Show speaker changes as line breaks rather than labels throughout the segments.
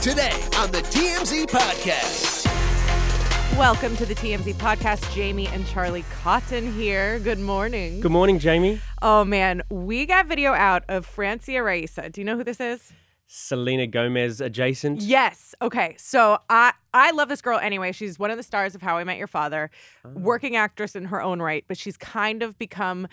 today on the TMZ Podcast.
Welcome to the TMZ podcast. Jamie and Charlie Cotton here. Good morning.
Good morning, Jamie.
Oh man, we got video out of Francia Raisa. Do you know who this is?
Selena Gomez adjacent.
Yes. Okay. So I I love this girl anyway. She's one of the stars of How I Met Your Father,
Oh.
working actress in her own right, but she's kind of become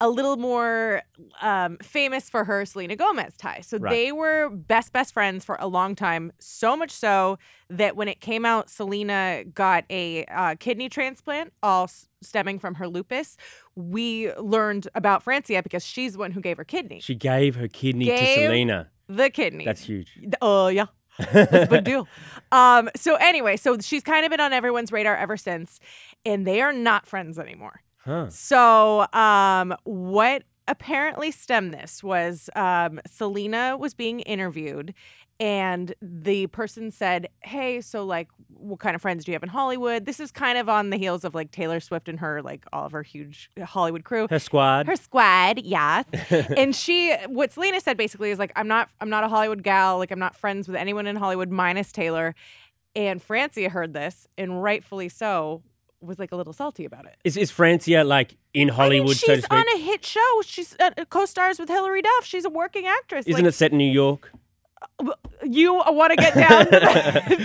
a little more um, famous for her Selena Gomez tie. So
Right.
they were best best friends for a long time. So much so that when it came out, Selena got a uh, kidney transplant, all s- stemming from her lupus. We learned about Francia because she's the one who gave her kidney.
She gave her kidney to
Gave-
Selena.
the kidney.
That's huge.
Oh yeah. That's a big deal. Um, so anyway, so she's kind of been on everyone's radar ever since, and they are not friends anymore.
Huh.
So um, what apparently stemmed this was um, Selena was being interviewed, and the person said, "Hey, so like, what kind of friends do you have in Hollywood?" This is kind of on the heels of like Taylor Swift and her like all of her huge Hollywood crew.
Her squad.
Her squad, yes. and she, what Selena said basically is like, I'm not, I'm not a Hollywood gal. Like, I'm not friends with anyone in Hollywood minus Taylor. And Francia heard this, and rightfully so, was like a little salty about it.
is is Francia like in Hollywood,
I mean,
so to
she's
speak?
on a hit show. She's uh, co-stars with Hilary Duff. She's a working actress.
Isn't it set in New York?
it? You want to get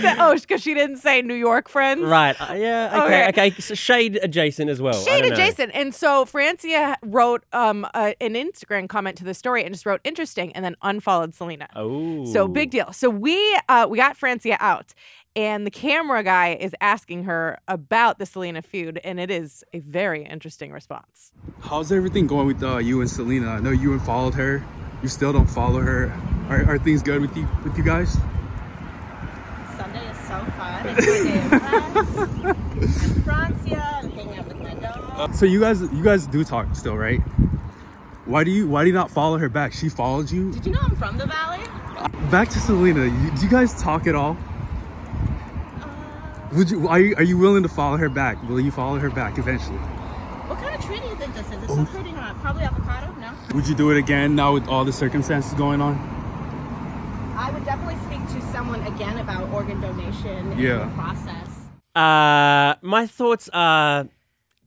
down? oh, because she didn't say New York friends.
Right. uh, yeah.
Okay.
Okay. Okay. so shade adjacent as well. I
Shade
don't know.
adjacent. And so Francia wrote um, a, an Instagram comment to the story and just wrote interesting and then unfollowed Selena.
Oh.
So big deal. So we uh, we got Francia out, and the camera guy is asking her about the Selena feud, and it is a very interesting response.
How's everything going with uh, you and Selena? I know you unfollowed her. You still don't follow her. Are, are things good with you with you guys?
Sunday is so fun. It's my day of rest. I'm Francia. I'm hanging out with my dog.
So you guys you guys do talk still, right? Why do you why do you not follow her back? She followed you.
Did you know I'm from the valley?
Back to Selena. You, do you guys talk at all? Would you are you are you willing to follow her back? Will you follow her back eventually?
What kind of tree do you think this is? Is some fruiting on it? Probably avocado? No.
Would you do it again now with all the circumstances going on?
I would definitely speak to someone again about organ donation and
Yeah.
the process.
Uh, my thoughts are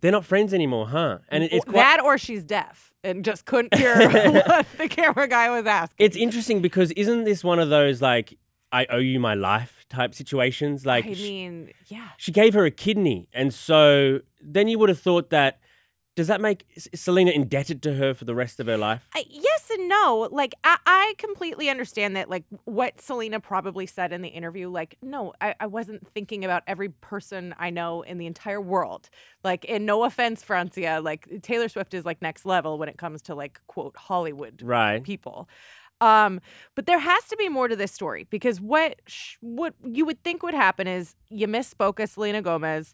they're not friends anymore, huh? And it, it's quite.
that or she's deaf and just couldn't hear what the camera guy was asking.
it's interesting because isn't this one of those like I owe you my life type situations? Like
I
sh-
mean, yeah.
she gave her a kidney and so then you would have thought that does that make S- selena indebted to her for the rest of her life
I, yes and no. Like I, I completely understand that. Like what Selena probably said in the interview. Like no, I, I wasn't thinking about every person I know in the entire world. Like and no offense, Francia. Like Taylor Swift is like next level when it comes to like quote Hollywood
right
people. Um, but there has to be more to this story because what sh- what you would think would happen is you misspoke as Selena Gomez.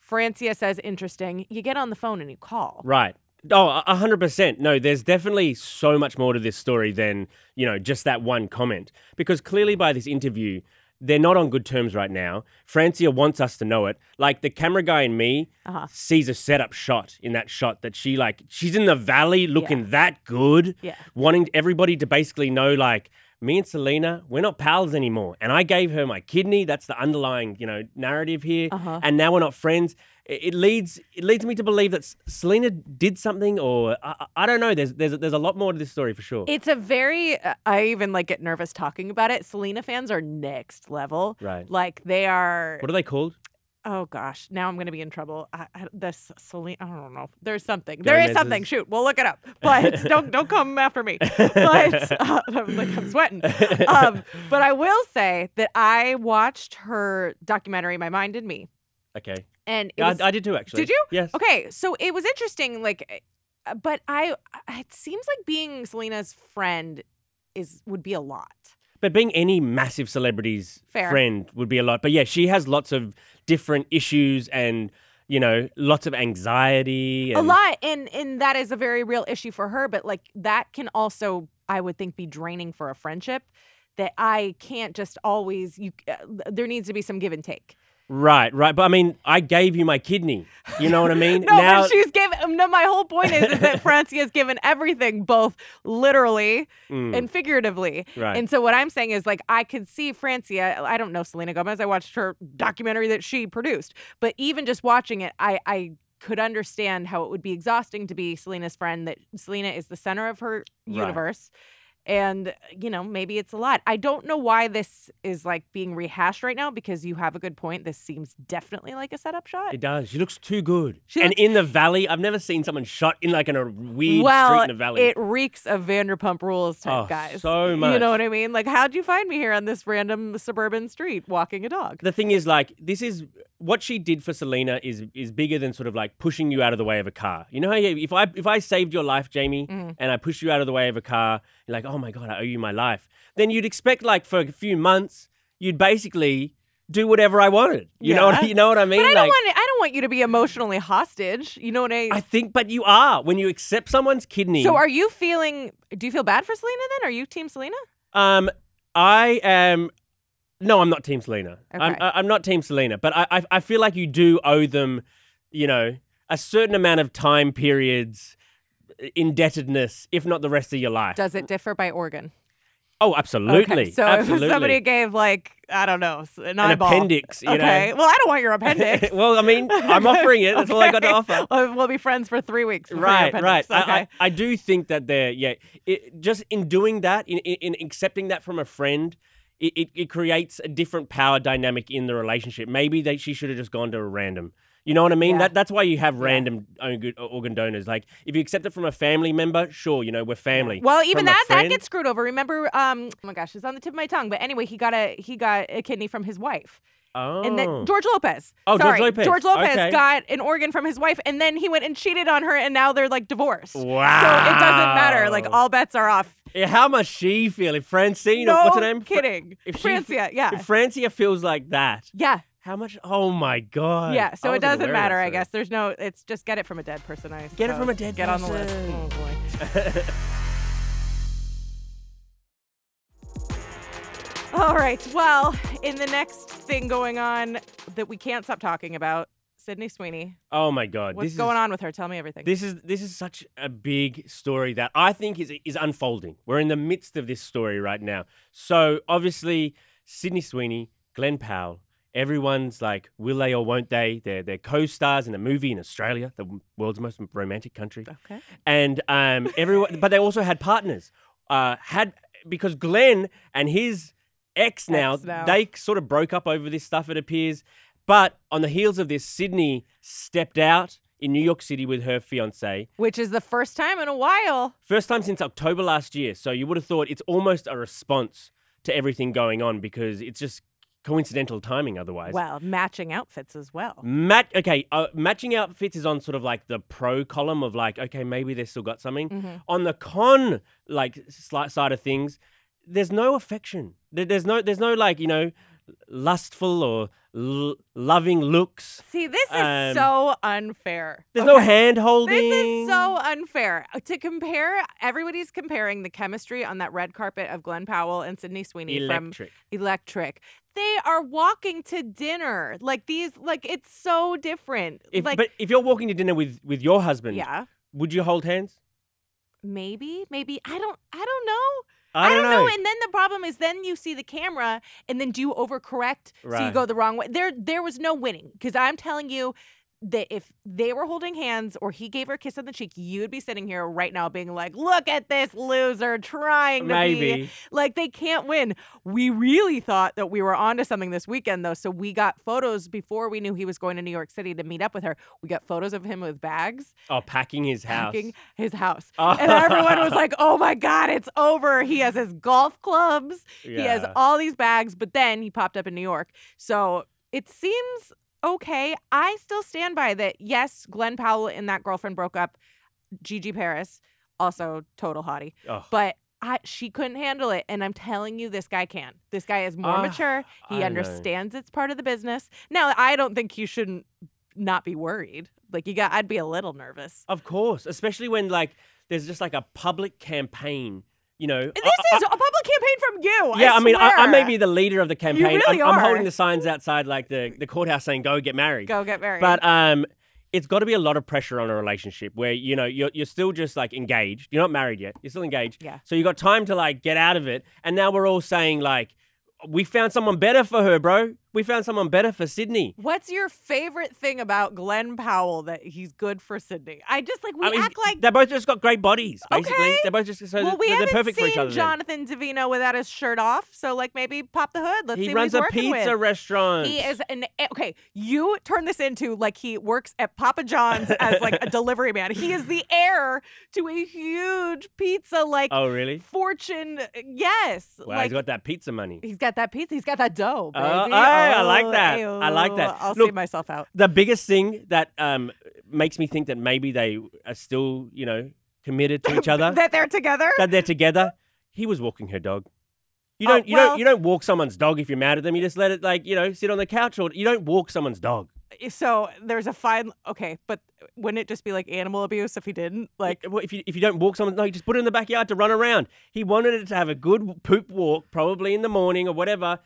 Francia says interesting. You get on the phone and you call.
right oh a 100% no there's definitely so much more to this story than you know just that one comment because clearly by this interview they're not on good terms right now francia wants us to know it like the camera guy and me
Uh-huh.
sees a setup shot in that shot that she like she's in the valley looking that good
Yeah.
wanting everybody to basically know like me and Selena, we're not pals anymore. And I gave her my kidney. That's the underlying, you know, narrative here.
Uh-huh.
And now we're not friends. It, it leads it leads me to believe that S- Selena did something, or I, I I don't know. There's there's there's a lot more to this story for sure.
It's a very uh, I even like get nervous talking about it. Selena fans are next level.
Right.
Like they are
what are they called?
oh gosh, now I'm going to be in trouble. I, I, this Selena I don't know. There's something. There is
Gomez's.
something. Shoot, we'll look it up. But don't don't come after me. But uh, I'm like I'm sweating. Um, but I will say that I watched her documentary My Mind and Me
Okay,
and it
Yeah,
was-
I, I did too actually.
Did you?
Yes.
Okay, so it was interesting, like, uh, but I, it seems like being Selena's friend is would be a lot.
But being any massive celebrity's
Fair.
friend would be a lot. But yeah, she has lots of different issues and, you know, lots of anxiety.
A
And
lot, and and that is a very real issue for her. But like that can also, I would think, be draining for a friendship. That I can't just always you. Uh, there needs to be some give and take.
Right, right. But I mean, I gave you my kidney. You know what I mean?
No, but she's given. No, my whole point is, is that Francia has given everything, both literally
Mm,
and figuratively.
Hmm. Right.
And so what I'm saying is, like, I could see Francia. I don't know Selena Gomez. I watched her documentary that she produced, but even just watching it, I I could understand how it would be exhausting to be Selena's friend. That Selena is the center of her
Right.
universe. And you know maybe it's a lot. I don't know why this is like being rehashed right now because you have a good point. This seems definitely like a setup shot.
it does. She looks too good.
She
and
looks-
in the valley, I've never seen someone shot in like in a weird street
well,
in the valley.
it reeks of Vanderpump Rules type
Oh,
guys.
so
You
much.
know what I mean? Like, how'd you find me here on this random suburban street walking a dog?
the thing is like this is what she did for Selena is is bigger than sort of like pushing you out of the way of a car. You know how you, if I if I saved your life, Jamie,
Mm.
and I pushed you out of the way of a car, you're like, oh my god, I owe you my life. Then you'd expect like for a few months, you'd basically do whatever I wanted. You know what
Yeah.
you know what I mean?
But I don't
like,
want I don't want you to be emotionally hostage. You know what I?
I think, but you are when you accept someone's kidney.
so are you feeling? Do you feel bad for Selena? Then are you Team Selena?
Um, I am. No, I'm not Team Selena. I'm,
Okay.
I- I'm not Team Selena, but I, I I feel like you do owe them, you know, a certain amount of time periods, uh, indebtedness, if not the rest of your life.
Does it differ by organ?
oh, absolutely.
Okay. So
absolutely.
if somebody gave like I don't know s- an,
an
eyeball.
appendix, you
okay.
know.
Well, I don't want your appendix.
well, I mean, I'm offering it. That's all I got to offer.
Well, We'll be friends for three weeks. before your
Right, right.
appendix.
I-
Okay.
I, I, do think that they're, yeah, it, just in doing that, in, in, in accepting that from a friend, it, it, it creates a different power dynamic in the relationship. Maybe that she should have just gone to a random. You know what I mean?
Yeah.
That that's why you have random organ- organ donors. Like if you accept it from a family member, sure, you know we're family.
Well, even
From a
that that
friend-
gets screwed over. Remember, um, oh my gosh, it's on the tip of my tongue. But anyway, he got a he got a kidney from his wife,
oh.
and then George Lopez.
Oh, George
sorry,
Lopez.
George Lopez
Okay.
got an organ from his wife, and then he went and cheated on her, and now they're like divorced.
wow.
So it doesn't matter. Like all bets are off.
Yeah, how must she feel if Francine?
no
what's her name? Fra-
Kidding.
if she-
Francia. Yeah.
If Francia feels like that,
yeah.
how much? Oh my god.
Yeah. So it
I wasn't aware
doesn't
of
matter.
that,
I
so-
guess there's no. It's just get it from a dead person. I
Get it from a
suppose.
dead
Get on the list.
person.
Oh boy. All right. Well, in the next thing going on that we can't stop talking about, Sydney Sweeney.
Oh my god.
What's
this
going
is,
on with her? Tell me everything.
This is this is such a big story that I think is is unfolding. We're in the midst of this story right now. So obviously, Sydney Sweeney, Glenn Powell, everyone's like, will they or won't they? They're they're co-stars in a movie in Australia, the world's most romantic country.
okay.
and um, everyone, but they also had partners. Uh, had because Glenn and his ex now,
Ex now.
they sort of broke up over this stuff. It appears, but on the heels of this, Sydney stepped out in New York City with her fiance.
Which is the first time in a while.
First time since October last year. So you would have thought it's almost a response to everything going on because it's just coincidental timing. Otherwise,
Well, matching outfits as well.
Mat- okay, uh, matching outfits is on sort of like the pro column of like, okay, maybe they've still got something.
Mm-hmm.
On the con like slight side of things, there's no affection. There- There's no, there's no like you know, lustful or l- loving looks.
See, this is
Um,
so unfair.
There's no hand holding.
This is so unfair. Uh, To compare, everybody's comparing the chemistry on that red carpet of Glenn Powell and Sydney Sweeney from
electric.
Electric. They are walking to dinner. Like these, like it's so different.
If,
like,
but if you're walking to dinner with with your husband,
yeah,
would you hold hands?
maybe, maybe. I don't, I don't know.
I don't,
know. And then the problem is, then you see the camera, and then do you overcorrect? So you
Right.
go the wrong way. There, there was no winning because I'm telling you that if they were holding hands or he gave her a kiss on the cheek, you'd be sitting here right now being like, "Look at this loser trying to be."
Maybe.
Like they can't win. We really thought that we were onto something this weekend, though. So we got photos before we knew he was going to New York City to meet up with her. We got photos of him with bags
Oh, packing his house.
packing his house. And everyone was like, oh my God, it's over. He has his golf clubs. He has
Yeah.
all these bags, but then he popped up in New York. So it seems okay. I still stand by that. Yes, Glenn Powell and that girlfriend broke up. Gigi Paris, also total hottie.
Oh.
But I, she couldn't handle it. And I'm telling you, this guy can. This guy is more
Ah,
mature.
I
He
know.
understands it's part of the business. Now, I don't think you shouldn't not be worried. Like you got, I'd be a little nervous.
Of course, especially when like there's just like a public campaign you know.
This
I- I-
is a public campaign from you.
yeah, I, mean, I, I may
swear.
be the leader of the campaign.
really
I'm, I'm
are.
holding the signs outside, like the, the courthouse, saying "Go get married."
Go get married.
But um, it's got to be a lot of pressure on a relationship where you know you're you're still just like engaged. You're not married yet. You're still engaged.
Yeah.
So you got time to like get out of it. And now we're all saying like, we found someone better for her, bro. We found someone better for Sydney.
What's your favorite thing about Glenn Powell that he's good for Sydney? I just like we
I mean,
act like
they both just got great bodies. Basically,
Okay.
they're both just so
well, we
they're
haven't
perfect
seen
for each other. then.
Jonathan Davino without his shirt off, so like maybe pop the hood. Let's
he
see
runs
what
a
he's working
pizza
with.
restaurant.
He is an eh, okay. You turn this into like he works at Papa John's as like a delivery man. He is the heir to a huge pizza like
Oh really?
fortune. eh, Yes,
Wow,
like
he's got that pizza money.
he's got that pizza. He's got that dough.
Oh,
Baby. Oh,
hey, I like that. I like that.
I'll see
Look,
myself out.
the biggest thing that um, makes me think that maybe they are still, you know, committed to each other,
That they're together.
that they're together. He was walking her dog. You
Oh,
don't, you
well-
don't, you don't walk someone's dog if you're mad at them. You just let it, like, you know, sit on the couch, or you don't walk someone's dog.
so there's a fine. Okay, but wouldn't it just be like animal abuse if he didn't? Like,
Well, if you if you don't walk someone, no, you just put it in the backyard to run around. He wanted it to have a good poop walk, probably in the morning or whatever.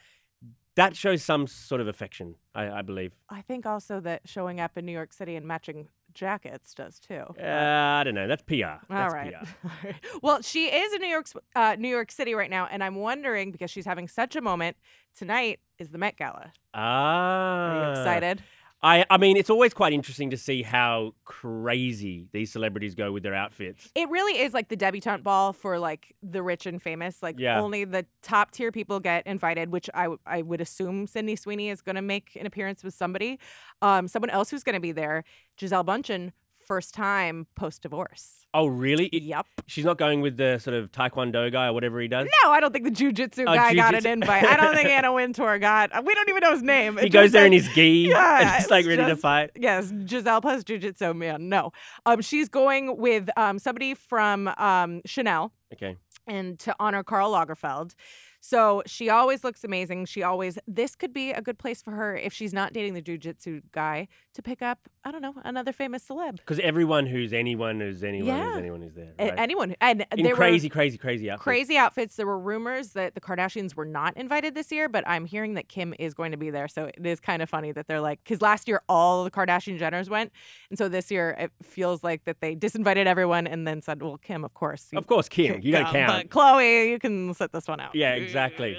That shows some sort of affection, I, I believe.
I think also that showing up in New York City and matching jackets does too.
Uh, I don't know. That's PR.
All
That's
right.
PR.
All right. Well, she is in New York, uh, New York City right now, and I'm wondering because she's having such a moment tonight. Is the Met Gala? Are
Ah,
you excited?
I, I mean, it's always quite interesting to see how crazy these celebrities go with their outfits.
It really is like the debutante ball for like the rich and famous. Like
Yeah.
only the top tier people get invited, which I w- I would assume Sydney Sweeney is going to make an appearance with somebody, um, someone else who's going to be there. Giselle Bundchen, first time post divorce.
Oh, really? It-
Yep.
She's not going with the sort of Taekwondo guy or whatever he does.
No, I don't think the jujitsu guy got an
jujitsu.
invite. I don't think Anna Wintour got. uh, We don't even know his name.
He
It
goes
just
there in
said-
his gi,
Yeah,
and he's like
it's
ready to
just-
fight.
Yes, Giselle plus jujitsu man. No, um, she's going with um, somebody from um, Chanel
Okay.
and to honor Karl Lagerfeld. So she always looks amazing. She always this could be a good place for her if she's not dating the jujitsu guy to pick up I don't know another famous celeb,
Because everyone who's anyone who's anyone
Yeah.
who's anyone is there.
A-
Right?
anyone. And
in
there
crazy, crazy, crazy
were
outfits.
crazy outfits. There were rumors that the Kardashians were not invited this year, but I'm hearing that Kim is going to be there. So it is kind of funny that they're like because last year all the Kardashian Jenners went, and so this year it feels like that they disinvited everyone and then said, well, Kim, of course, you
Of course, Kim, you don't
come,
count.
but Chloe, you can set this one out.
Yeah, exactly.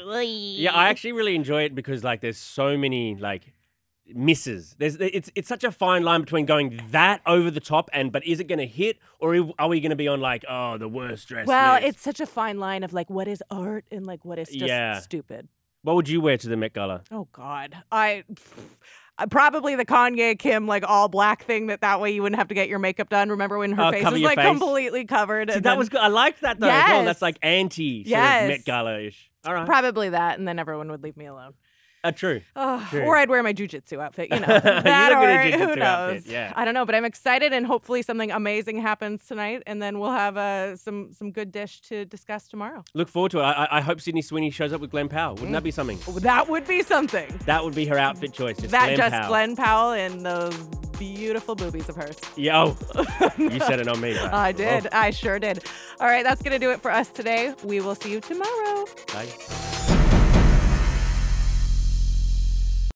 Yeah, I actually really enjoy it because like there's so many like misses. There's it's it's such a fine line between going that over the top and but is it going to hit or are we going to be on like oh the worst dress?
Well,
list?
it's such a fine line of like what is art and like what is just
Yeah.
stupid.
what would you wear to the Met Gala?
Oh God, I. I- Probably the Kanye Kim like all black thing that that way you wouldn't have to get your makeup done. Remember when her
Oh,
face
cover
was
your
like
face?
completely covered?
See,
and
that
then-
was good. I liked that though. As well.
Yes.
That's like anti sort
Yes.
of Met Gala ish. All right,
probably that, and then everyone would leave me alone.
uh, true.
Ugh,
True.
or I'd wear my jujitsu outfit, you know.
You
That
look
or
good in a
who
jujitsu outfit,
knows?
yeah.
I don't know, but I'm excited, and hopefully something amazing happens tonight, and then we'll have uh, some some good dish to discuss tomorrow.
Look forward to it. I, I- I hope Sydney Sweeney shows up with Glenn Powell. Wouldn't that be something?
That would be something.
That would be her outfit choice. Just
that
Glen
just
Powell.
Glenn Powell and those beautiful boobies of hers.
Yeah. Oh, you said it on me. right?
I
Oh,
did. I sure did. All right, that's going to do it for us today. We will see you tomorrow.
bye.